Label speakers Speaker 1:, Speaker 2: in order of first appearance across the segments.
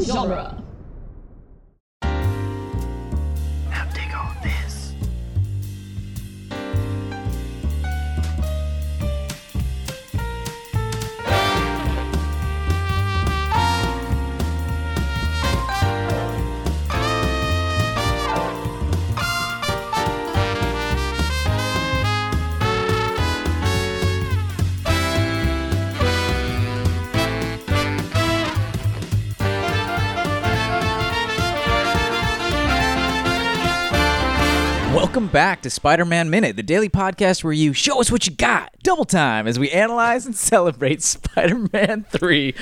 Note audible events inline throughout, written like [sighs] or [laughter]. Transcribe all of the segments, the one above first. Speaker 1: genre.
Speaker 2: Now dig on this.
Speaker 3: Welcome back to Spider Man Minute, the daily podcast where you show us what you got double time as we analyze and celebrate Spider Man 3.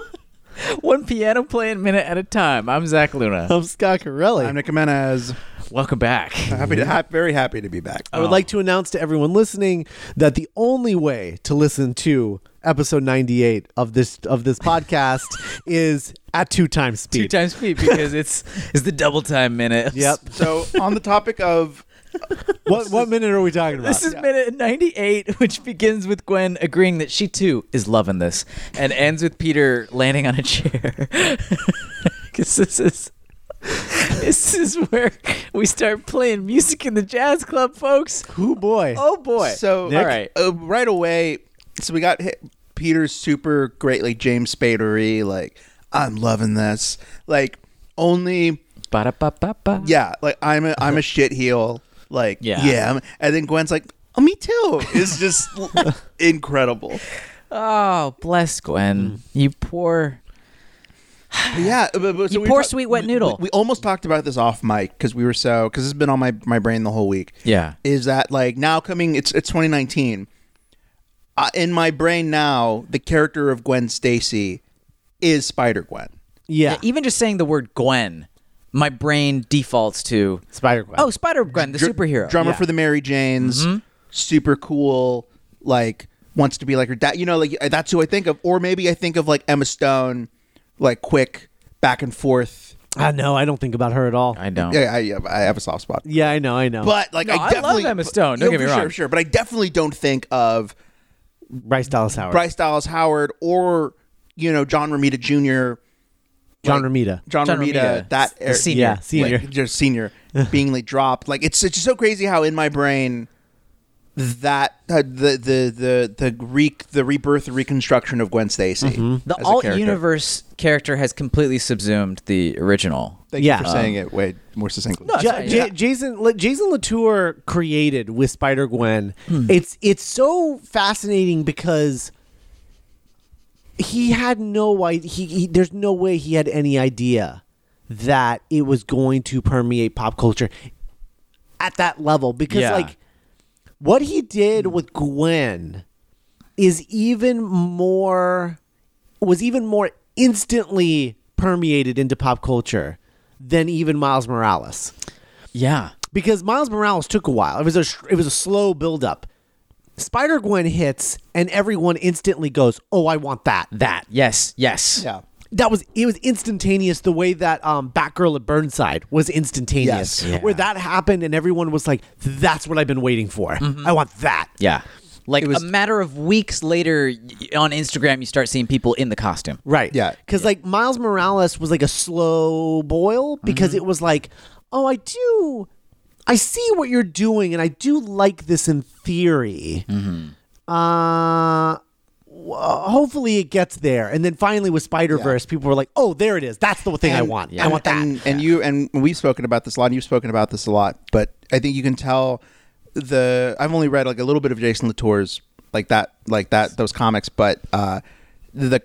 Speaker 3: [laughs] One piano playing minute at a time. I'm Zach Luna.
Speaker 4: I'm Scott Corelli.
Speaker 5: I'm Nick Jimenez.
Speaker 3: Welcome back.
Speaker 5: Happy to, hap very happy to be back.
Speaker 3: Oh.
Speaker 4: I would like to announce to everyone listening that the only way to listen to episode 98 of this of this
Speaker 3: [laughs]
Speaker 4: podcast is at two times speed.
Speaker 3: Two times speed because it's it's the double time minute.
Speaker 4: Yep.
Speaker 5: So on the topic of [laughs]
Speaker 4: what what minute are we talking about?
Speaker 3: This is minute 98, which begins with Gwen agreeing that she too is loving this and ends with Peter landing on a chair. [laughs] Because this is. This is where we start playing music in the jazz club, folks.
Speaker 4: Who boy?
Speaker 3: Oh boy!
Speaker 5: so
Speaker 3: all right,
Speaker 5: uh, right away, so we got hit Peter's super great like James Spadery like I'm loving this like only
Speaker 3: Ba-da-ba-ba-ba.
Speaker 5: yeah like I'm a [laughs] I'm a shit heel like
Speaker 3: Yeah.
Speaker 5: yeah, I'm- and then Gwen's like oh, me too is [laughs] just incredible
Speaker 3: Oh, bless
Speaker 5: Mm.
Speaker 3: Gwen, you poor.
Speaker 5: But yeah but, but- so
Speaker 3: You
Speaker 5: we
Speaker 3: poor
Speaker 5: ta-
Speaker 3: sweet wet
Speaker 5: we-
Speaker 3: noodle.
Speaker 5: we, almost talked about this off mic because we were so because it's been on my my brain the whole week
Speaker 3: Yeah.
Speaker 5: is that like now coming it's it's 2019 uh, in my brain now the character of Gwen Stacy is Spider Gwen
Speaker 4: yeah.
Speaker 3: Even just saying the word Gwen, my brain defaults to
Speaker 4: Spider Gwen.
Speaker 3: oh Spider Gwen, the superhero. Mm-hmm.
Speaker 5: drummer for the Mary Janes super cool like wants to be like her dad you know like uh, that's who I think of or maybe I think of like Emma Stone like quick back and forth
Speaker 4: I know, I don't think about her at all.
Speaker 3: I don't.
Speaker 5: yeah I, I have a soft spot
Speaker 4: yeah, I know, I know.
Speaker 5: but like
Speaker 3: Oh. No, I
Speaker 5: I
Speaker 3: love
Speaker 5: definitely
Speaker 3: Emma Stone, don't
Speaker 5: Yeah,
Speaker 3: get me
Speaker 5: for
Speaker 3: wrong.
Speaker 5: sure sure but I definitely don't think of
Speaker 4: Bryce Dallas Howard.
Speaker 5: Bryce Dallas Howard or you know John Romita Jr.
Speaker 4: John
Speaker 5: like-
Speaker 4: Romita.
Speaker 5: John,
Speaker 3: John
Speaker 5: Romita,
Speaker 3: Romita,
Speaker 5: that
Speaker 3: the senior.
Speaker 4: Yeah, senior.
Speaker 5: like, [laughs] just senior being like dropped. Like it's, it's just so crazy how in my brain that uh, the the the the re- the rebirth the reconstruction of Gwen Stacy.
Speaker 3: The
Speaker 5: as a
Speaker 3: alt
Speaker 5: character.
Speaker 3: universe character has completely subsumed the original.
Speaker 5: Thank you
Speaker 4: Yeah.
Speaker 5: for saying it way more succinctly.
Speaker 3: No,
Speaker 4: Ja-
Speaker 3: Sorry,
Speaker 4: Ja-
Speaker 3: yeah.
Speaker 4: Jason La- Jason Latour created with Spider Gwen.
Speaker 3: Hmm.
Speaker 4: It's it's so fascinating because he had no idea. He, he there's no way he had any idea that it was going to permeate pop culture at that level because
Speaker 3: Yeah.
Speaker 4: like what he did with Gwen is even more was even more instantly permeated into pop culture than even Miles Morales
Speaker 3: Yeah.
Speaker 4: because Miles Morales took a while. It was a sh- it was a slow build up. Spider Gwen hits and everyone instantly goes, "Oh, I want that."
Speaker 3: That. Yes. Yes.
Speaker 5: yeah.
Speaker 4: That was it was instantaneous the way that um Batgirl at Burnside was instantaneous.
Speaker 5: Yes.
Speaker 3: Yeah.
Speaker 4: Where that happened and everyone was like, "That's what I've been waiting for.
Speaker 3: Mm-hmm.
Speaker 4: I want that."
Speaker 3: Yeah. Like
Speaker 5: It was-
Speaker 3: a matter of weeks later y- on Instagram, you start seeing people in the costume.
Speaker 4: Right.
Speaker 5: Yeah.
Speaker 4: Because like Miles Morales was like a slow boil because
Speaker 5: Mm-hmm.
Speaker 4: it was like, oh, I do, I see what you're doing, and I do like this in theory.
Speaker 5: Mm-hmm.
Speaker 4: Uh. w- Hopefully it gets there, and then finally with Spider Verse, people were like, "Oh, there it is. That's the thing I
Speaker 5: And-
Speaker 4: want. I
Speaker 5: and-
Speaker 4: want that."
Speaker 5: And, and you and we've spoken about this a lot. And you've spoken about this a lot, but I think you can tell the. I've only read like a little bit of Jason Latour's like that, like that those comics, but uh, the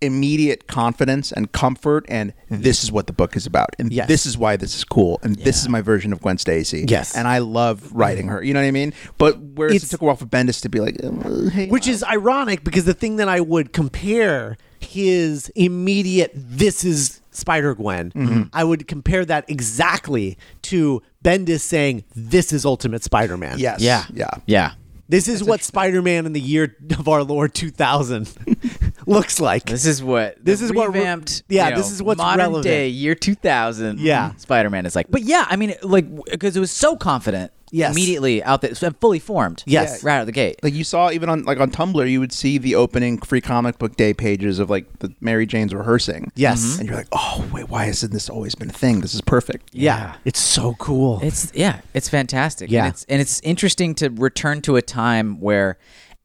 Speaker 5: immediate confidence and comfort, and this is what the book is about, and
Speaker 4: Yes.
Speaker 5: this is why this is cool, and this is my version of Gwen Stacy.
Speaker 4: Yes.
Speaker 5: and I love writing her. You know what I mean? But whereas
Speaker 4: It's-
Speaker 5: it took a while for Bendis to be like, "Uh, hey,
Speaker 4: Which is ironic because the thing that I would compare his immediate this is Spider Gwen, I would compare that exactly to Bendis saying this is Ultimate Spider Man.
Speaker 5: yes,
Speaker 3: Yeah.
Speaker 5: yeah,
Speaker 3: Yeah.
Speaker 4: This is what Spider Man in the year of our Lord 2000 [laughs] looks like.
Speaker 3: This is what
Speaker 4: This
Speaker 3: the
Speaker 4: is what re-
Speaker 3: revamped.
Speaker 4: yeah,
Speaker 3: you
Speaker 4: this
Speaker 3: know,
Speaker 4: is what's
Speaker 3: modern
Speaker 4: relevant.
Speaker 3: day year two thousand.
Speaker 4: Yeah.
Speaker 3: Spider-Man is like, but yeah, I mean, like because it was so confident.
Speaker 4: Yes.
Speaker 3: immediately out there, so fully formed.
Speaker 4: Yes.
Speaker 3: right out of the gate.
Speaker 5: Like you saw even on like on Tumblr, you would see the opening free comic book day pages of like the Mary Jane's rehearsing.
Speaker 4: Yes.
Speaker 5: And you're like, oh wait, why hasn't this always been a thing? This is perfect.
Speaker 4: yeah.
Speaker 3: Yeah.
Speaker 4: it's so cool.
Speaker 3: It's yeah, it's fantastic.
Speaker 4: Yeah.
Speaker 3: and it's, and it's interesting to return to a time where,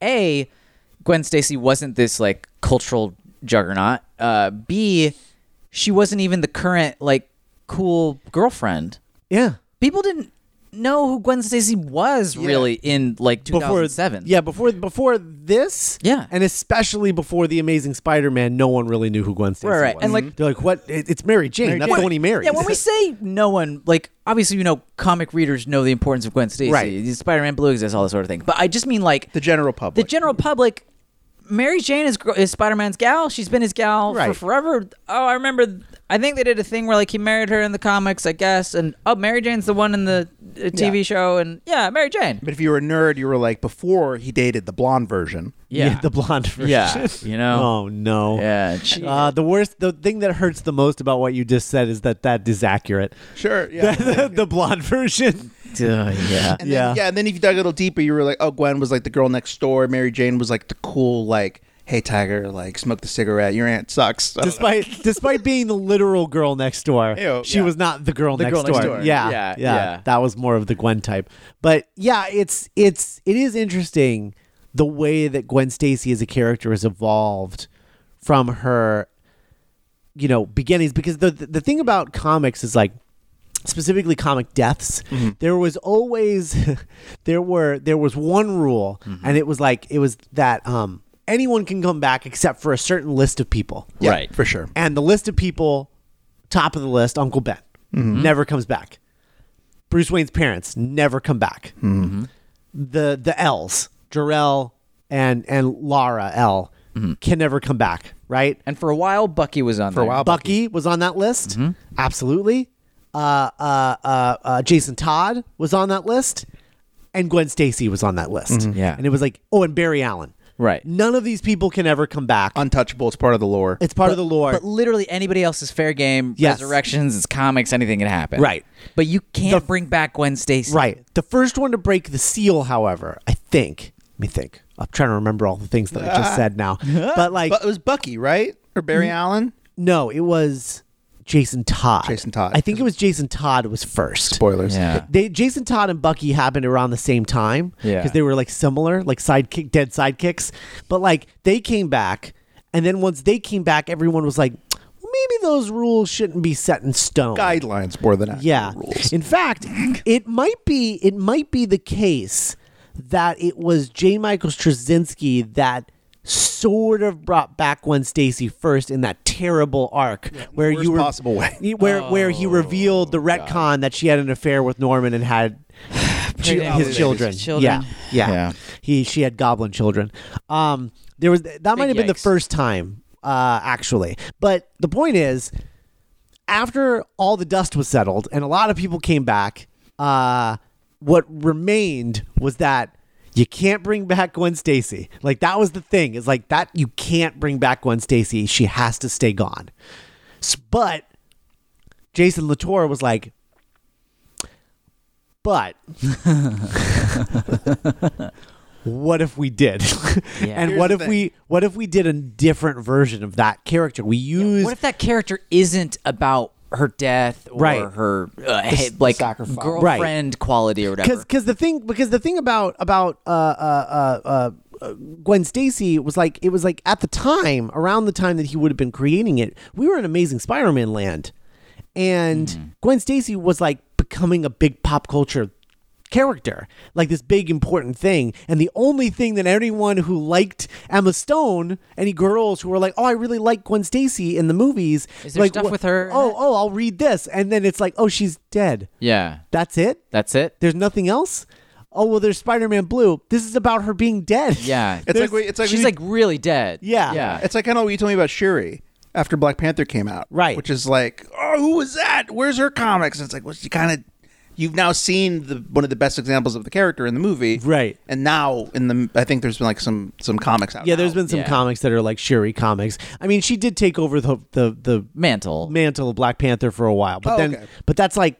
Speaker 3: a, Gwen Stacy wasn't this like cultural juggernaut. Uh, B, she wasn't even the current like cool girlfriend.
Speaker 4: yeah,
Speaker 3: People didn't know who Gwen Stacy was really in like 2007.
Speaker 4: Yeah, before before this.
Speaker 3: Yeah.
Speaker 4: and especially before the Amazing Spider-Man, no one really knew who Gwen Stacy
Speaker 3: Right, right.
Speaker 4: was.
Speaker 3: And, like-
Speaker 4: they're like, what? It- It's Mary Jane. That's the one he marries.
Speaker 3: Yeah, when we say no one, like obviously you know, comic readers know the importance of Gwen Stacy.
Speaker 4: Right.
Speaker 3: These Spider-Man Blue exists, all this sort of thing. But I just mean like
Speaker 5: The general
Speaker 3: the
Speaker 5: public.
Speaker 3: general public. Mary Jane is, gr- is Spider-Man's gal. She's been his gal for
Speaker 4: Right.
Speaker 3: forever. Oh, I remember. I think they did a thing where like he married her in the comics, I guess. And oh, Mary Jane's the one in the uh, TV show, and yeah, Mary Jane.
Speaker 5: but if you were a nerd, you were like before he dated the blonde version.
Speaker 4: yeah. [laughs] the blonde version.
Speaker 3: Yeah, you know.
Speaker 4: [laughs] Oh no.
Speaker 3: yeah. She,
Speaker 4: Uh, the worst, the thing that hurts the most about what you just said is that that is accurate. [laughs]
Speaker 5: Sure. Yeah.
Speaker 4: the, blonde version.
Speaker 3: Duh, yeah.
Speaker 5: And
Speaker 4: [laughs]
Speaker 5: then-
Speaker 4: Yeah.
Speaker 5: yeah, and then if you dug a little deeper, you were like, oh, Gwen was like the girl next door. Mary Jane was like the cool, like, hey, Tiger, like, smoke the cigarette. Your aunt sucks. I don't know.
Speaker 4: Despite despite being the literal girl next door,
Speaker 5: Ew,
Speaker 4: she
Speaker 5: yeah.
Speaker 4: was not the girl,
Speaker 3: The
Speaker 4: next,
Speaker 3: girl next
Speaker 4: door.
Speaker 3: door.
Speaker 4: Yeah,
Speaker 3: Yeah,
Speaker 4: yeah,
Speaker 3: yeah.
Speaker 4: That was more of the Gwen type. But yeah, it's it's it is interesting the way that Gwen Stacy as a character has evolved from her, you know, beginnings. Because the the, the thing about comics is like specifically comic deaths there was always [laughs] there were there was one rule and it was like it was that um anyone can come back except for a certain list of people
Speaker 5: Yeah,
Speaker 3: Right.
Speaker 5: For sure.
Speaker 4: and the list of people top of the list uncle ben
Speaker 3: Mm-hmm.
Speaker 4: never comes back bruce wayne's parents never come back
Speaker 3: Mm-hmm.
Speaker 4: the the l's Jarrell and and laura l
Speaker 3: Mm-hmm.
Speaker 4: can never come back right
Speaker 3: And for a while, Bucky Mm-hmm. was on. For
Speaker 5: a while,
Speaker 4: bucky, was on that list absolutely uh, uh, uh, uh, jason todd was on that list and gwen stacy was on that list
Speaker 3: Mm-hmm. Yeah.
Speaker 4: and it was like oh and barry allen
Speaker 3: Right.
Speaker 4: none of these people can ever come back
Speaker 5: Untouchable. It's part of the lore.
Speaker 4: it's part of the lore
Speaker 3: But literally anybody else is fair game.
Speaker 4: Yes.
Speaker 3: Resurrections, it's comics, anything can happen.
Speaker 4: Right.
Speaker 3: But you can't bring back Gwen Stacy.
Speaker 4: Right. The first one to break the seal, however, I think. Let me think. I'm trying to remember all the things that I just
Speaker 5: [laughs]
Speaker 4: said now. But like, Mm-hmm.
Speaker 5: but it was Bucky, right? Or Barry Allen?
Speaker 4: no, it was Jason Todd.
Speaker 5: Jason Todd.
Speaker 4: I think it was Jason Todd was first.
Speaker 5: Spoilers.
Speaker 3: Yeah.
Speaker 4: They Jason Todd and Bucky happened around the same time
Speaker 3: Yeah.
Speaker 4: because they were like similar, like sidekick, dead sidekicks. But like they came back, and then once they came back, everyone was like, well, maybe those rules shouldn't be set in stone.
Speaker 5: Guidelines more than actual
Speaker 4: Yeah.
Speaker 5: rules.
Speaker 4: In fact, it might be it might be the case that it was J. Michael Straczynski that sort of brought back Gwen Stacy first in that terrible arc where
Speaker 5: worst
Speaker 4: you were
Speaker 5: possible way.
Speaker 4: [laughs] where where he revealed the retcon that she had an affair with Norman and had chi-
Speaker 3: Pregnant
Speaker 4: his
Speaker 3: with
Speaker 4: children.
Speaker 3: his children.
Speaker 4: Yeah. Yeah.
Speaker 5: Yeah.
Speaker 4: He she had goblin children. Um there was that might have been the
Speaker 3: yikes.
Speaker 4: first time uh actually. But the point is after all the dust was settled and a lot of people came back, uh, what remained was that you can't bring back Gwen Stacy. Like that was the thing. Is like that you can't bring back Gwen Stacy. She has to stay gone. S- But Jason Latour was like, but. [laughs] What if we did? [laughs] and
Speaker 5: Here's
Speaker 4: what
Speaker 5: the
Speaker 4: if
Speaker 5: thing.
Speaker 4: we what if we did a different version of that character? We used
Speaker 3: What if that character isn't about her death or
Speaker 4: Right.
Speaker 3: her uh, he- like
Speaker 5: sacrifice.
Speaker 3: girlfriend quality or whatever?
Speaker 4: because because the thing because the thing about about uh, uh, uh, uh, uh, Gwen Stacy was like it was like at the time around the time that he would have been creating it, we were in Amazing Spider-Man land, and
Speaker 3: Hmm.
Speaker 4: Gwen Stacy was like becoming a big pop culture character, like this big important thing, and the only thing that anyone who liked Emma Stone, any girls who were like, oh, I really like Gwen Stacy in the movies,
Speaker 3: Is there
Speaker 4: like,
Speaker 3: stuff
Speaker 4: wh-
Speaker 3: with her in
Speaker 4: Oh,
Speaker 3: it?
Speaker 4: oh, I'll read this, and then it's like, oh, she's dead.
Speaker 3: Yeah.
Speaker 4: That's it.
Speaker 3: That's it.
Speaker 4: There's nothing else. Oh well, there's Spider-Man Blue. This is about her being dead. [laughs]
Speaker 3: Yeah.
Speaker 5: It's
Speaker 4: There's-
Speaker 5: like, we, it's like
Speaker 3: She's
Speaker 5: we-
Speaker 3: like really dead.
Speaker 4: Yeah.
Speaker 3: Yeah.
Speaker 5: [laughs] It's like kind of what you told me about Shuri after Black Panther came out,
Speaker 4: Right.
Speaker 5: Which is like, oh, who was that? Where's her comics? And it's like, well, she kind of You've now seen the one of the best examples of the character in the movie,
Speaker 4: Right.
Speaker 5: And now in the, I think there's been like some some comics out.
Speaker 4: Yeah, there's
Speaker 5: now.
Speaker 4: been some
Speaker 3: Yeah.
Speaker 4: comics that are like Shuri comics. I mean, she did take over the the, the
Speaker 3: Mantle.
Speaker 4: mantle of Black Panther for a while, but
Speaker 5: Oh,
Speaker 4: then
Speaker 5: okay.
Speaker 4: but that's like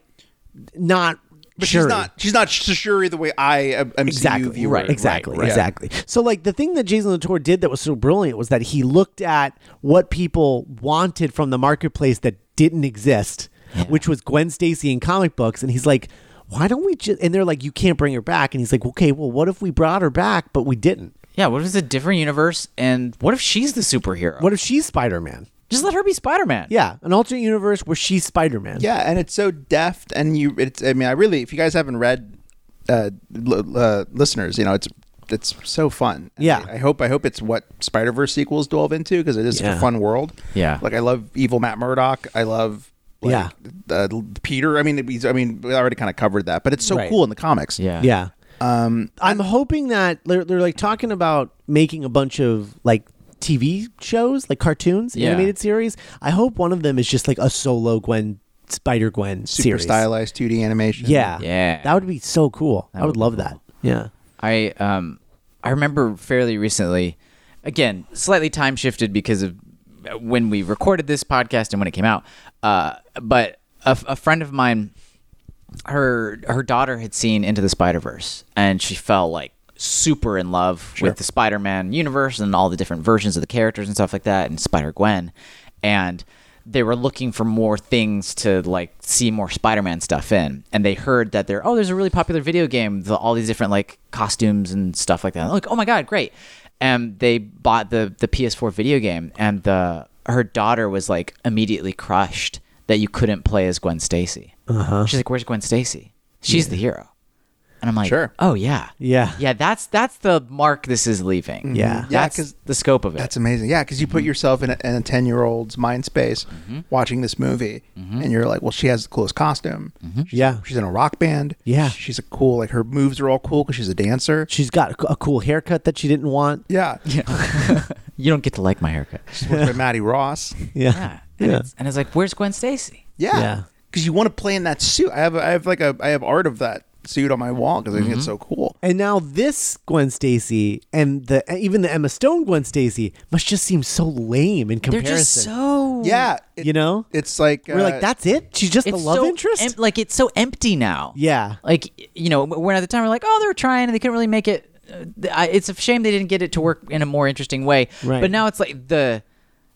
Speaker 4: not
Speaker 5: But
Speaker 4: Shuri.
Speaker 5: she's not she's not Shuri the way I am MCU
Speaker 4: exactly
Speaker 5: viewer.
Speaker 3: Right,
Speaker 4: exactly
Speaker 3: right, right.
Speaker 4: exactly so like the thing that jason latour did that was so brilliant was that he looked at what people wanted from the marketplace that didn't exist which was gwen stacy in comic books and he's like why don't we just and they're like you can't bring her back and he's like okay well what if we brought her back but we didn't
Speaker 3: Yeah, what if it's a different universe? And what if she's the superhero?
Speaker 4: what if she's spider-man
Speaker 3: Just let her be Spider Man.
Speaker 4: yeah an alternate universe where she's spider-man
Speaker 5: Yeah, and it's so deft, and you. It's. I mean, I really. If you guys haven't read, uh, l- uh listeners, you know, it's it's so fun.
Speaker 4: Yeah.
Speaker 5: I, I hope. I hope it's what Spider Verse sequels delve into because it is
Speaker 4: Yeah.
Speaker 5: a fun world.
Speaker 3: Yeah.
Speaker 5: like I love evil Matt Murdock. I love. Like,
Speaker 4: Yeah.
Speaker 5: uh, Peter. I mean, it- he's- I mean, we already kind of covered that, but it's so
Speaker 4: Right.
Speaker 5: cool in the comics.
Speaker 3: Yeah.
Speaker 4: Yeah. Um, I'm hoping that they're, they're like talking about making a bunch of like TV shows, like cartoons,
Speaker 3: Yeah.
Speaker 4: animated series. I hope one of them is just like a solo Gwen, Spider Gwen
Speaker 5: super
Speaker 4: series.
Speaker 5: stylized 2D animation.
Speaker 4: Yeah.
Speaker 3: Yeah.
Speaker 4: That would be so cool. I
Speaker 3: would
Speaker 4: would
Speaker 3: be
Speaker 4: love
Speaker 3: cool.
Speaker 4: that. Yeah.
Speaker 3: I um I remember fairly recently, again slightly time shifted because of uh, when we recorded this podcast and when it came out. Uh, but a, a friend of mine, her her daughter had seen Into the Spider Verse and she fell like super in love with the Spider Man universe and all the different versions of the characters and stuff like that and Spider Gwen and they were looking for more things to like see more Spider-Man stuff in, and they heard that there oh there's a really popular video game, the, all these different like costumes and stuff like that. Like oh my god, great! And they bought the the PS4 video game, and the her daughter was like immediately crushed that you couldn't play as Gwen Stacy. Uh-huh. She's like, where's Gwen Stacy? She's the hero. And I'm like,
Speaker 5: Sure.
Speaker 3: oh yeah,
Speaker 4: Yeah. Mm-hmm.
Speaker 3: yeah. That's that's the mark this is leaving.
Speaker 4: Yeah.
Speaker 5: Yeah,
Speaker 3: that's
Speaker 5: 'cause
Speaker 3: the scope of it.
Speaker 5: That's amazing. Yeah, because you
Speaker 4: Mm-hmm.
Speaker 5: put yourself in a, in a 10 year old's mind space watching this movie,
Speaker 4: Mm-hmm.
Speaker 5: and you're like, well, she has the coolest costume. She's,
Speaker 4: Yeah.
Speaker 5: She's in a rock band.
Speaker 4: Yeah.
Speaker 5: She's a cool, like, her moves are all cool because she's a dancer.
Speaker 4: She's got a cool haircut that she didn't want.
Speaker 5: Yeah. She's
Speaker 3: you don't get to like my
Speaker 5: [laughs]
Speaker 3: haircut.
Speaker 5: worked by Maddie Ross.
Speaker 4: [laughs] Yeah.
Speaker 3: Yeah. And, It's, and it's like, where's Gwen Stacy?
Speaker 5: Yeah.
Speaker 4: Yeah.
Speaker 5: Because you want to play in that suit. I have, a, I have like, a, I have art of that suit on my wall because I think it's so cool.
Speaker 4: And now this Gwen Stacy and the even the Emma Stone Gwen Stacy must just seem so lame in
Speaker 3: They're
Speaker 4: comparison.
Speaker 3: just so.
Speaker 5: Yeah. it-
Speaker 4: you know,
Speaker 5: It's like,
Speaker 4: We're
Speaker 5: uh,
Speaker 4: like, that's it. She's just the
Speaker 3: It's
Speaker 4: love
Speaker 3: so
Speaker 4: interest.
Speaker 3: em- like it's so empty now.
Speaker 4: yeah,
Speaker 3: Like y- you know, when at the time we're like, oh, they were trying and they couldn't really make it. uh, th- I- It's a shame they didn't get it to work in a more interesting way.
Speaker 4: Right.
Speaker 3: But now it's like the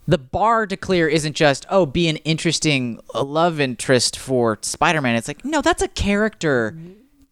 Speaker 3: the bar to clear isn't just oh, be an interesting uh, love interest for Spider Man. It's like no, that's a character.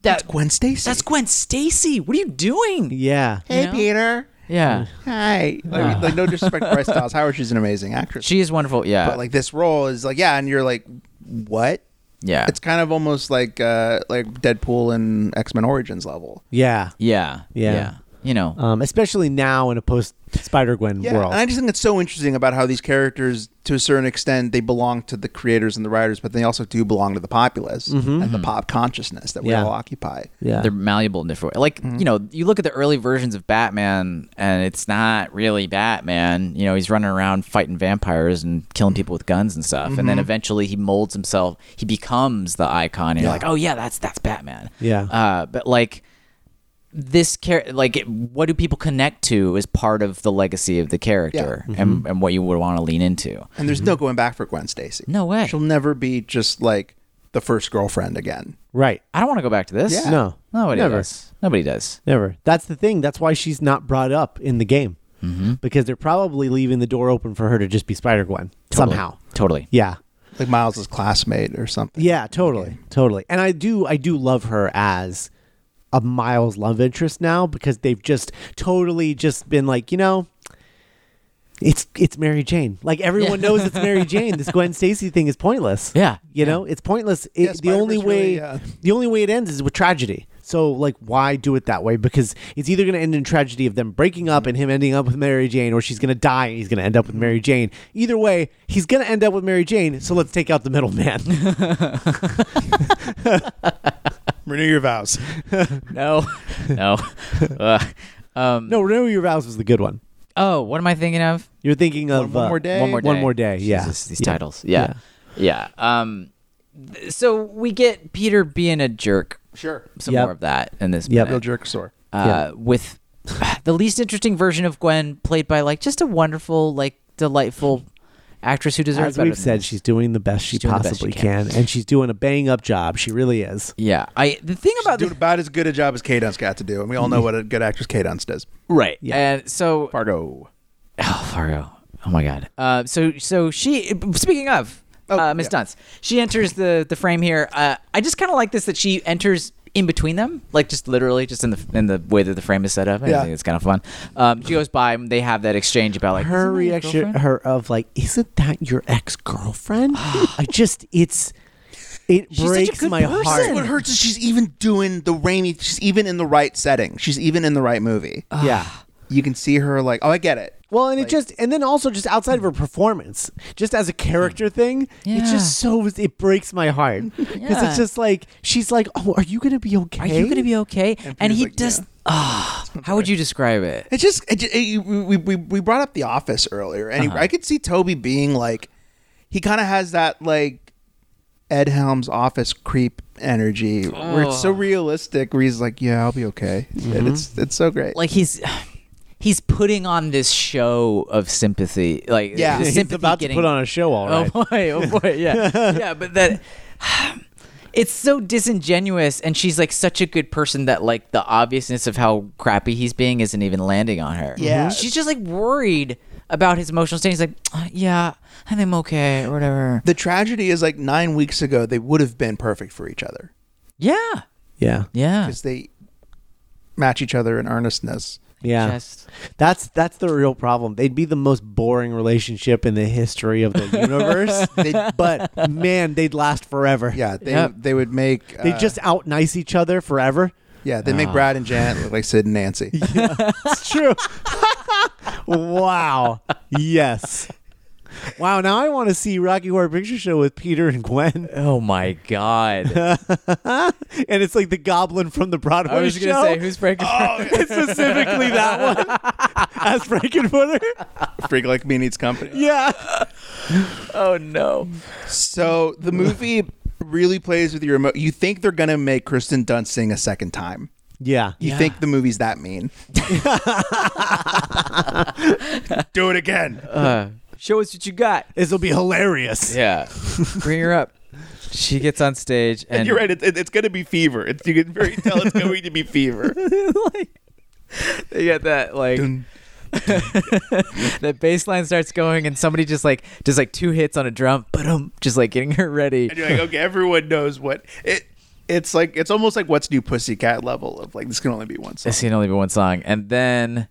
Speaker 3: That
Speaker 5: Gwen Stacy.
Speaker 3: That's Gwen Stacy. What are you doing?
Speaker 4: yeah,
Speaker 5: Hey,
Speaker 3: you know?
Speaker 5: Peter.
Speaker 3: Yeah.
Speaker 5: Hi. Like, like, no disrespect to Bryce Dallas Howard. She's an amazing actress.
Speaker 3: She is wonderful. Yeah.
Speaker 5: but like this role is like yeah and you're like what
Speaker 3: yeah.
Speaker 5: it's kind of almost like uh like deadpool and x-men origins level
Speaker 4: yeah.
Speaker 3: yeah.
Speaker 4: Yeah.
Speaker 3: You know.
Speaker 4: Um, especially now in a post Spider Gwen
Speaker 5: yeah
Speaker 4: world.
Speaker 5: and i just think it's so interesting about how these characters to a certain extent they belong to the creators and the writers but they also do belong to the populace
Speaker 3: Mm-hmm,
Speaker 5: and the pop consciousness that we
Speaker 4: Yeah.
Speaker 5: all occupy
Speaker 4: yeah, Mm-hmm.
Speaker 3: They're malleable in different ways. Like, you know, you look at the early versions of Batman and it's not really Batman. You know, he's running around fighting vampires and
Speaker 4: Mm-hmm.
Speaker 3: killing people with guns and stuff. And then eventually he molds himself, he becomes the icon and you're like, "Oh yeah, that's that's Batman."
Speaker 4: Yeah.
Speaker 3: Uh but like this character like it- what do people connect to is part of the legacy of the character
Speaker 4: Mm-hmm.
Speaker 3: and, and what you would want to lean into.
Speaker 5: and there's no going back for gwen stacy
Speaker 3: Mm-hmm. No way.
Speaker 5: she'll never be just like the first girlfriend again
Speaker 4: right.
Speaker 3: I don't want to go back to this.
Speaker 5: Yeah.
Speaker 4: No,
Speaker 3: Nobody
Speaker 4: never,
Speaker 3: does. Nobody does.
Speaker 4: never. That's the thing. That's why she's not brought up in the game because they're probably leaving the door open for her to just be Spider Gwen somehow.
Speaker 3: Totally.
Speaker 4: Yeah,
Speaker 5: like miles's classmate or something
Speaker 4: yeah, totally, totally. And I do, I do love her as a Miles love interest now because they've just totally just been like, you know. It's it's Mary Jane. Like everyone knows it's [laughs] Mary Jane. This Gwen Stacy thing is pointless.
Speaker 3: Yeah.
Speaker 4: You know, it's pointless. It, the
Speaker 5: Spider-Verse
Speaker 4: only way
Speaker 5: really, uh,
Speaker 4: the only way it ends is with tragedy. So like why do it that way? Because it's either going to end in tragedy of them breaking up and him ending up with Mary Jane or she's going to die and he's going to end up with Mary Jane. Either way, he's going to end up with Mary Jane, so let's take out the middleman. [laughs]
Speaker 5: renew your vows
Speaker 3: No, no. Uh, um,
Speaker 4: no, Renew Your Vows was the good one.
Speaker 3: Oh, what am I thinking of?
Speaker 4: You're thinking of
Speaker 5: One
Speaker 4: uh,
Speaker 5: More Day.
Speaker 3: One more day.
Speaker 4: One More Day, yeah.
Speaker 3: Jesus, these
Speaker 4: Yeah.
Speaker 3: titles. Yeah. yeah, Um, so we get Peter being a jerk.
Speaker 5: Sure.
Speaker 3: Some
Speaker 4: Yep.
Speaker 3: more of that in this.
Speaker 4: Yep.
Speaker 5: Real
Speaker 3: minute.
Speaker 5: jerk sore.
Speaker 3: Uh, With the least interesting version of Gwen, played by like just a wonderful, like delightful actress who deserves.
Speaker 4: As
Speaker 3: better
Speaker 4: we've
Speaker 3: than
Speaker 4: said,
Speaker 3: this.
Speaker 4: she's doing the best she
Speaker 3: doing the best
Speaker 4: possibly
Speaker 3: she
Speaker 4: can.
Speaker 3: can.
Speaker 4: and she's doing a bang up job. She really is.
Speaker 3: Yeah, I the thing about
Speaker 5: Doing
Speaker 3: this,
Speaker 5: about as good a job as K Dunce got to do, and we all know what a good actress K Dunce does.
Speaker 3: right, and so
Speaker 5: Fargo.
Speaker 3: [laughs] Oh, Fargo. Oh my God. Uh, so so she. Speaking of uh, Miss Dunce, she enters the the frame here. Uh, I just kind of like this that she enters in between them, like just literally just in the in the way that the frame is set up. I
Speaker 5: Yeah.
Speaker 3: think it's kind of fun. Um, she goes by. and They have that exchange about like
Speaker 4: Her
Speaker 3: "Isn't that your
Speaker 4: reaction,
Speaker 3: girlfriend?"
Speaker 4: her of like, isn't that your ex
Speaker 3: [gasps]
Speaker 4: girlfriend? I just, it's, it
Speaker 3: such a
Speaker 4: breaks
Speaker 3: good
Speaker 4: my
Speaker 3: person.
Speaker 4: heart.
Speaker 5: What hurts is she's even doing the rainy. She's even in the right setting. She's even in the right movie.
Speaker 3: Uh.
Speaker 4: Yeah.
Speaker 5: You can see her like, oh, I get it.
Speaker 4: Well, and it just, and then also just outside of her performance, just as a character thing, it's
Speaker 3: Yeah.
Speaker 4: just so, it breaks my
Speaker 3: [laughs]
Speaker 4: heart. Because
Speaker 3: Yeah.
Speaker 4: it's just like, she's like, oh, are you going to be okay?
Speaker 3: Are you gonna be okay? And,
Speaker 5: Peter's
Speaker 3: he
Speaker 5: like,
Speaker 3: does.
Speaker 5: "Yeah."
Speaker 3: Ah, how would you describe it?
Speaker 5: It just it, ju- it, we, we we brought up the office earlier, and
Speaker 4: Uh-huh.
Speaker 5: I could see Toby being like, he kind of has that like Ed Helms office creep energy, where it's
Speaker 4: Oh.
Speaker 5: so realistic, where he's like, yeah, I'll be okay,
Speaker 4: Mm-hmm.
Speaker 5: and it's it's so great.
Speaker 3: Like he's. He's putting on this show of sympathy, like
Speaker 5: Yeah.
Speaker 3: the
Speaker 5: He's
Speaker 3: sympathy
Speaker 4: about to
Speaker 3: getting-
Speaker 4: put on a show, all right.
Speaker 3: Oh [laughs] boy, oh boy, yeah. [laughs] yeah, but that [sighs] it's so disingenuous and she's like such a good person that like the obviousness of how crappy he's being isn't even landing on her.
Speaker 5: Yeah. Mhm.
Speaker 3: She's just like worried about his emotional state. He's like, "Uh, yeah, I think I'm okay or whatever.
Speaker 5: the tragedy is like nine weeks ago, they would have been perfect for each other
Speaker 3: Yeah.
Speaker 4: yeah.
Speaker 3: Yeah.
Speaker 5: because they match each other in earnestness.
Speaker 4: Yeah.
Speaker 3: Just-
Speaker 4: That's that's the real problem. They'd be the most boring relationship in the history of the
Speaker 3: [laughs]
Speaker 4: universe.
Speaker 5: They-
Speaker 4: but man, they'd last forever.
Speaker 5: Yeah, they
Speaker 3: Yep.
Speaker 5: they would make
Speaker 4: They
Speaker 5: uh,
Speaker 4: just Ah. out nice each other forever.
Speaker 5: yeah they make Brad and Janet look like Sid and Nancy.
Speaker 4: [laughs] It's true. [laughs] wow. Yes. Wow, now I want to see Rocky Horror Picture Show with Peter and Gwen. [laughs]
Speaker 3: oh my [laughs] god.
Speaker 4: And it's like the goblin from the Broadway
Speaker 3: I was
Speaker 4: show. [laughs]
Speaker 3: going to say who's breaking
Speaker 4: It's specifically that one
Speaker 3: [laughs]
Speaker 4: as Frankenfooter.
Speaker 5: Freak like me needs company.
Speaker 4: Yeah.
Speaker 3: [laughs] Oh no.
Speaker 5: So the movie really plays with your emo You think they're gonna make Kristen Dunst sing a second time.
Speaker 4: Yeah.
Speaker 5: You think the movie's that mean? Do it again.
Speaker 3: Uh, Show us what you got.
Speaker 4: This will be hilarious.
Speaker 3: Yeah. [laughs] Bring her up. She gets on stage and,
Speaker 5: You're right. It, it- it's gonna be fever. It's, you can very tell it's going to be fever.
Speaker 4: [laughs]
Speaker 3: like they get that like [laughs] that bass line starts going and somebody just like just like two hits on a drum but um just like getting her ready
Speaker 5: And you're like, okay, everyone knows what it. It's like it's almost like what's new pussycat level of like this can only be one song.
Speaker 3: this can only be one song and then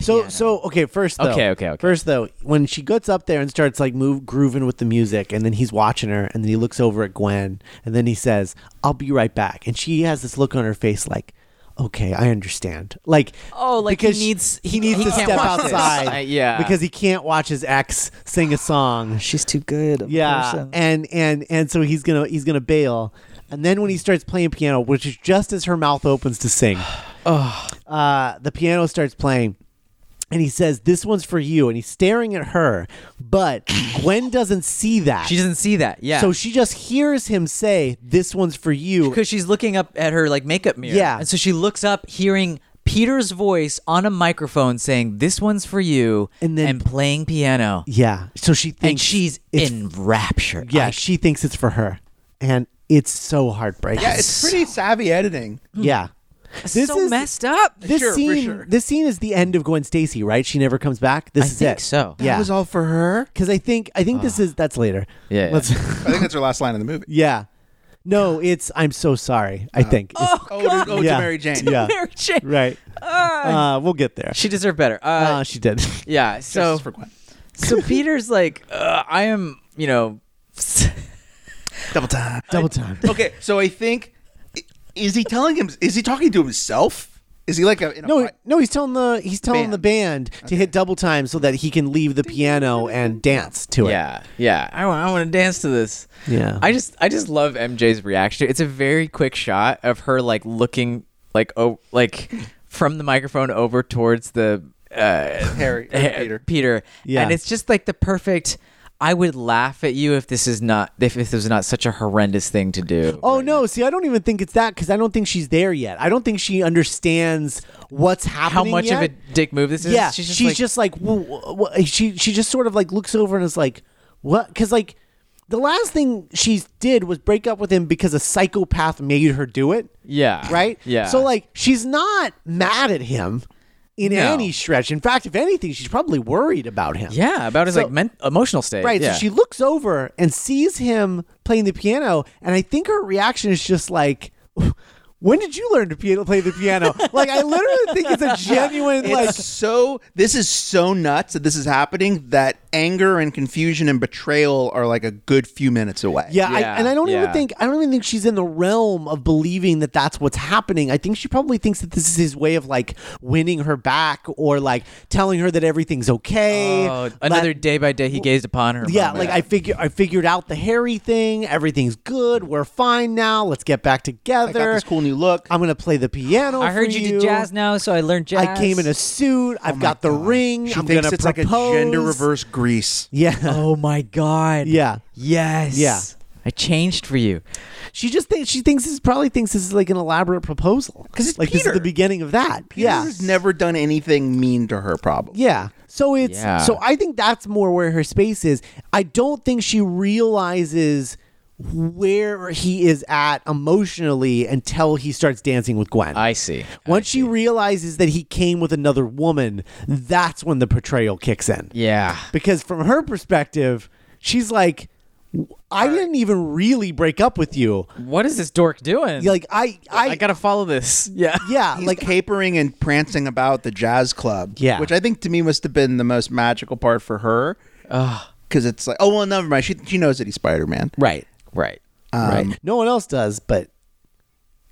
Speaker 4: So so okay. First though,
Speaker 3: Okay, okay, okay.
Speaker 4: First though, when she gets up there and starts like move grooving with the music, and then he's watching her, and then he looks over at Gwen, and then he says, "I'll be right back," and she has this look on her face like. Okay, I understand. Like,
Speaker 3: Oh, like he
Speaker 4: because
Speaker 3: needs-
Speaker 4: he needs
Speaker 3: he
Speaker 4: to
Speaker 3: can't
Speaker 4: step
Speaker 3: watch this.
Speaker 4: outside,
Speaker 3: Uh, yeah.
Speaker 4: because he can't watch his ex sing a song.
Speaker 3: she's too good of
Speaker 4: Yeah, and and and so he's gonna he's gonna bail, and then when he starts playing piano, which is just as her mouth opens to sing, uh, the piano starts playing. And he says, "This one's for you," and he's staring at her, but Gwen doesn't see that.
Speaker 3: she doesn't see that yeah
Speaker 4: So she just hears him say, "This one's for you."
Speaker 3: because she's looking up at her like makeup mirror
Speaker 4: Yeah.
Speaker 3: and so she looks up hearing Peter's voice on a microphone saying this one's for you
Speaker 4: And then-
Speaker 3: playing piano
Speaker 4: Yeah. So she thinks
Speaker 3: and she's
Speaker 4: it's,
Speaker 3: enraptured
Speaker 4: Yeah, she thinks it's for her, and it's so heartbreaking.
Speaker 5: Yeah, it's pretty savvy editing.
Speaker 4: yeah. This
Speaker 3: so
Speaker 4: is-
Speaker 3: messed up
Speaker 4: This
Speaker 5: Sure, for
Speaker 4: scene,
Speaker 5: sure.
Speaker 4: this scene is the end of Gwen Stacy, right? She never comes back. This
Speaker 3: I
Speaker 4: is
Speaker 3: think
Speaker 4: it.
Speaker 3: so. That
Speaker 4: Yeah,
Speaker 5: That was all for her.
Speaker 4: because I think I think this is that's later.
Speaker 3: Yeah, yeah.
Speaker 4: Let's- [laughs]
Speaker 5: I think that's her last line in the movie.
Speaker 4: yeah. No, it's I'm so sorry. I think. It's-
Speaker 5: Oh, to, oh, to
Speaker 4: Yeah.
Speaker 5: Mary Jane.
Speaker 4: Yeah.
Speaker 3: Mary Jane.
Speaker 4: right. Uh, we'll get there.
Speaker 3: She deserved better. Uh,
Speaker 4: Uh, she did.
Speaker 3: yeah. So
Speaker 5: Justice for Gwen.
Speaker 3: so Peter's like, uh, I am, you know,
Speaker 5: Double time.
Speaker 4: [laughs] Double
Speaker 3: [laughs]
Speaker 4: time.
Speaker 5: okay, so I think i- is he telling him? Is he talking to himself? Is he like a in a
Speaker 4: No,
Speaker 5: fi-
Speaker 4: no, he's telling the he's telling
Speaker 5: Band.
Speaker 4: the band to hit double time so that he can leave the piano and dance to it.
Speaker 3: yeah, yeah. I want, I want to dance to this.
Speaker 4: Yeah.
Speaker 3: I just, I just love MJ's reaction. It's a very quick shot of her like looking like oh like [laughs] from the microphone over towards the uh,
Speaker 4: [laughs]
Speaker 5: Harry or
Speaker 3: Peter. [laughs]
Speaker 5: Peter?
Speaker 3: Peter.
Speaker 4: Yeah.
Speaker 3: And it's just like the perfect. I would laugh at you if this is not if, if this was not such a horrendous thing to do.
Speaker 4: Oh no! See, I don't even think it's that because I don't think she's there yet. I don't think she understands what's
Speaker 3: How
Speaker 4: happening.
Speaker 3: much of
Speaker 4: yet.
Speaker 3: a dick move this is?
Speaker 4: Yeah,
Speaker 3: she's
Speaker 4: she's
Speaker 3: just
Speaker 4: just
Speaker 3: like,
Speaker 4: like, "Wha- wha- she she just sort of like looks over and is like, what? Because like the last thing she did was break up with him because a psychopath made her do it,
Speaker 3: yeah,
Speaker 4: [laughs] right?
Speaker 3: yeah.
Speaker 4: So like she's not mad at him in
Speaker 3: No.
Speaker 4: any stretch. In fact, if anything, she's probably worried about him.
Speaker 3: yeah, about his
Speaker 4: So-
Speaker 3: like men- emotional state,
Speaker 4: Right.
Speaker 3: Yeah.
Speaker 4: So she looks over and sees him playing the piano, and I think her reaction is just like. [laughs] When did you learn to piano, play the
Speaker 3: [laughs]
Speaker 4: piano? like I literally think it's a genuine like
Speaker 5: It's so this is so nuts that this is happening that anger and confusion and betrayal are like a good few minutes away.
Speaker 4: Yeah,
Speaker 3: Yeah,
Speaker 4: I, and I don't
Speaker 3: yeah.
Speaker 4: even think I don't even think she's in the realm of believing that that's what's happening. I think she probably thinks that this is his way of like winning her back or like telling her that everything's okay.
Speaker 3: Oh,
Speaker 4: Let-
Speaker 3: another day by day he gazed upon her.
Speaker 4: yeah,
Speaker 3: moment.
Speaker 4: like I figure I figured out the Harry thing. Everything's good. We're fine now. Let's get back together.
Speaker 5: I got this cool new look.
Speaker 4: I'm gonna play the piano.
Speaker 3: I heard
Speaker 4: for
Speaker 3: you,
Speaker 4: you
Speaker 3: did jazz now, so I learned jazz.
Speaker 4: I came in [laughs] a suit. I've got the ring.
Speaker 5: Oh she
Speaker 4: I'm
Speaker 5: thinks
Speaker 4: gonna
Speaker 5: it's
Speaker 4: propose.
Speaker 5: like a gender reverse grease.
Speaker 4: [laughs] Yeah.
Speaker 3: Oh my god.
Speaker 4: Yeah.
Speaker 3: Yes.
Speaker 4: Yeah.
Speaker 3: I changed for you.
Speaker 4: She just thinks she thinks this probably thinks this is like an elaborate proposal
Speaker 5: 'Cause it's
Speaker 4: like this is
Speaker 5: Peter.
Speaker 4: the beginning of that. yeah,
Speaker 5: Peter's never done anything mean to her. Probably.
Speaker 4: yeah. So it's
Speaker 3: Yeah.
Speaker 4: so I think that's more where her space is. I don't think she realizes where he is at emotionally until he starts dancing with Gwen.
Speaker 3: I see.
Speaker 4: Once she realizes that he came with another woman, that's when the portrayal kicks in.
Speaker 3: Yeah.
Speaker 4: Because from her perspective, she's like, I didn't even really break up with you.
Speaker 3: What is this dork doing?
Speaker 4: Like I, I,
Speaker 3: I, gotta
Speaker 4: [laughs]
Speaker 3: follow this. Yeah.
Speaker 4: yeah,
Speaker 5: He's
Speaker 4: like
Speaker 5: like capering and prancing about the jazz club.
Speaker 4: Yeah.
Speaker 5: which I think to me must have been the most magical part for her. Because it's like, oh well, never mind. She she knows that he's Spider Man.
Speaker 4: Right.
Speaker 3: Right.
Speaker 4: right. No one else does, but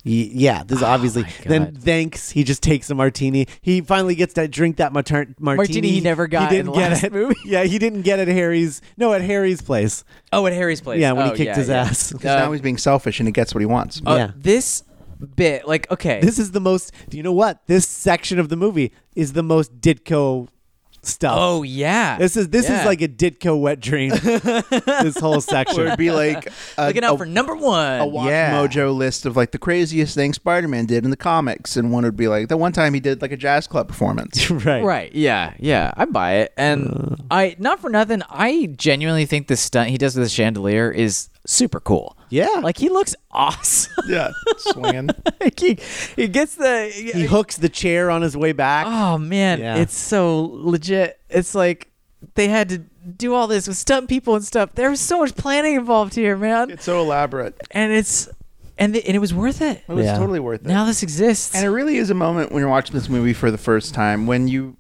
Speaker 4: y- yeah,
Speaker 3: Oh
Speaker 4: this is obviously. Then thanks, he just takes a martini. He finally gets to drink that mater- martini.
Speaker 3: Martini he never got
Speaker 4: He didn't
Speaker 3: in the
Speaker 4: get
Speaker 3: last
Speaker 4: it. [laughs] Yeah, he didn't get it at Harry's. No, at Harry's place.
Speaker 3: Oh, at Harry's place.
Speaker 4: Yeah, when
Speaker 3: Oh,
Speaker 4: he kicked his
Speaker 3: yeah.
Speaker 4: ass. [laughs]
Speaker 5: Because now he's being selfish and he gets what he wants.
Speaker 3: Uh,
Speaker 4: Yeah.
Speaker 3: This bit, like, okay.
Speaker 4: This is the most. You know what? This section of the movie is the most Ditko stuff.
Speaker 3: oh yeah.
Speaker 4: This is this
Speaker 3: Yeah.
Speaker 4: is like a Ditko wet dream.
Speaker 3: [laughs]
Speaker 4: this whole [laughs]
Speaker 5: It
Speaker 4: section.
Speaker 5: would be like a,
Speaker 3: looking
Speaker 5: a-
Speaker 3: out for number one.
Speaker 5: a Watch
Speaker 4: Yeah.
Speaker 5: Mojo list of like the craziest things Spider-Man did in the comics, and one would be like the one time he did like a jazz club performance.
Speaker 3: [laughs]
Speaker 4: right.
Speaker 3: Right. Yeah. Yeah. I buy it, and I not for nothing. I genuinely think the stunt he does with the chandelier is super cool.
Speaker 4: Yeah.
Speaker 3: Like he looks [laughs] awesome.
Speaker 5: yeah, swinging.
Speaker 3: like he, he gets the.
Speaker 4: He hooks the chair on his way back.
Speaker 3: oh man,
Speaker 4: Yeah.
Speaker 3: it's so legit. It's like they had to do all this with stunt people and stuff. There was so much planning involved here, man.
Speaker 5: It's so elaborate.
Speaker 3: and it's and the, and it was worth it.
Speaker 5: It was
Speaker 4: Yeah.
Speaker 5: totally worth it.
Speaker 3: Now this exists.
Speaker 5: and it really is a moment when you're watching this movie for the first time when you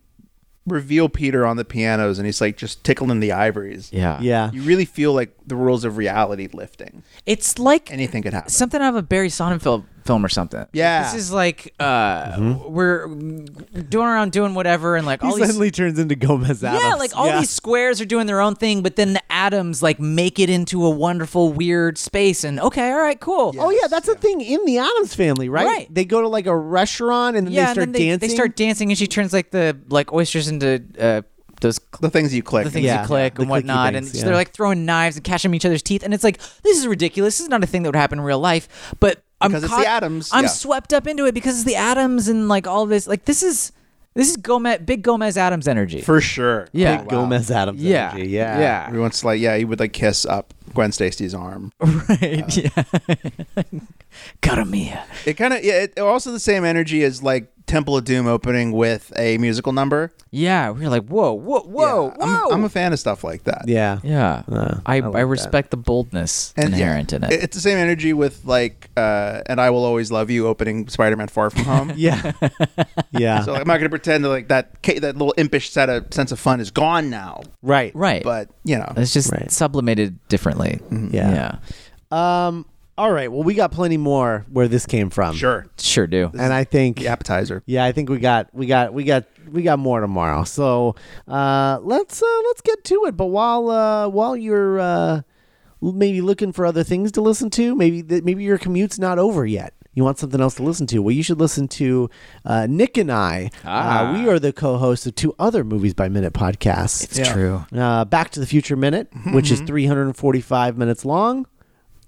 Speaker 5: reveal Peter on the pianos and he's like just tickling the ivories.
Speaker 3: yeah.
Speaker 4: Yeah.
Speaker 5: You really feel like the rules of reality lifting.
Speaker 3: It's like
Speaker 5: Anything could happen.
Speaker 3: something out of a Barry Sonnenfeld film or something.
Speaker 5: Yeah.
Speaker 3: This is like uh we're doing around doing whatever and like
Speaker 4: He
Speaker 3: all these
Speaker 4: suddenly turns into Gomez Adams.
Speaker 3: Yeah, like all
Speaker 4: Yeah.
Speaker 3: these squares are doing their own thing, but then the atoms like make it into a wonderful weird space and okay, all right, cool.
Speaker 4: Oh yeah, that's the thing in the Adams family, right?
Speaker 3: Right.
Speaker 4: They go to like a restaurant and then
Speaker 3: yeah,
Speaker 4: they
Speaker 3: and
Speaker 4: start
Speaker 3: then they,
Speaker 4: dancing.
Speaker 3: they start dancing and she turns like the like oysters into uh those
Speaker 5: the things you click.
Speaker 3: the things
Speaker 4: Yeah.
Speaker 3: you click
Speaker 4: The
Speaker 3: and
Speaker 4: clicky
Speaker 3: whatnot,
Speaker 4: things,
Speaker 3: and so
Speaker 4: yeah.
Speaker 3: they're like throwing knives and catching each other's teeth, and it's like this is ridiculous. This is not a thing that would happen in real life, but I'm
Speaker 5: Because it's
Speaker 3: caught-
Speaker 5: the atoms,
Speaker 3: I'm
Speaker 5: yeah.
Speaker 3: swept up into it because it's the atoms and like all this. Like this is this is Gomez, big Gomez Adams energy.
Speaker 5: [laughs] for sure. Oh,
Speaker 3: yeah,
Speaker 4: Big Gomez Adams.
Speaker 3: yeah,
Speaker 4: energy, yeah,
Speaker 3: yeah,
Speaker 5: Everyone's like, yeah, he would like kiss up Gwen Stacy's arm.
Speaker 3: right, [laughs] yeah. Caramia.
Speaker 5: It kind of yeah. It, also the same energy as like Temple of Doom opening with a musical number.
Speaker 3: Yeah, we were like, whoa, whoa, whoa,
Speaker 5: Yeah, I'm-
Speaker 3: whoa.
Speaker 5: I'm, a fan of stuff like that.
Speaker 4: yeah,
Speaker 3: yeah, I, I,
Speaker 4: like
Speaker 3: respect the boldness
Speaker 5: And yeah,
Speaker 3: inherent in it.
Speaker 5: It's the same energy with like, uh, and I will always love you opening Spider-Man Far
Speaker 3: [laughs]
Speaker 5: From Home.
Speaker 4: yeah, [laughs] yeah.
Speaker 5: So like, I'm not going to pretend that like that ca- that little impish set of sense of fun is gone now.
Speaker 4: right,
Speaker 3: right, Uh,
Speaker 5: But you know,
Speaker 3: it's just
Speaker 4: Right.
Speaker 3: sublimated differently.
Speaker 4: Yeah.
Speaker 3: yeah,
Speaker 4: Um. All right. Well, we got plenty more where this came from.
Speaker 5: sure,
Speaker 3: sure do.
Speaker 4: And I think.
Speaker 5: the appetizer.
Speaker 4: Yeah, I think we got we got we got we got more tomorrow. So uh, let's uh, let's get to it. But while uh, while you're uh, maybe looking for other things to listen to, maybe th- maybe your commute's not over yet. you want something else to listen to, well, you should listen to uh, Nick and I.
Speaker 3: Ah.
Speaker 4: Uh, we are the co-hosts of two other Movies by Minute podcasts.
Speaker 3: It's true.
Speaker 4: uh, Back to the Future Minute, which is 345 minutes long.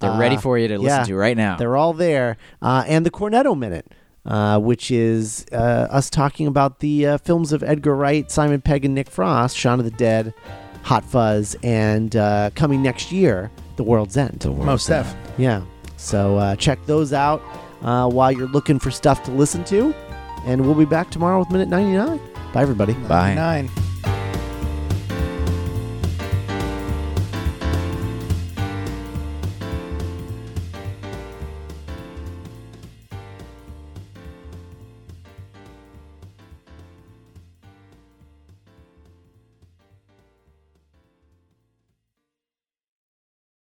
Speaker 3: They're ready for you to listen
Speaker 4: Uh, yeah,
Speaker 3: to right now.
Speaker 4: They're all there. Uh, and the Cornetto Minute, uh, which is uh, us talking about the uh, films of Edgar Wright, Simon Pegg, and Nick Frost, Shaun of the Dead, Hot Fuzz, and uh, coming next year, The World's End.
Speaker 5: Most Def.
Speaker 4: Yeah. So uh, check those out uh, while you're looking for stuff to listen to. And we'll be back tomorrow with Minute 99. Bye, everybody.
Speaker 3: Bye.
Speaker 5: Nine.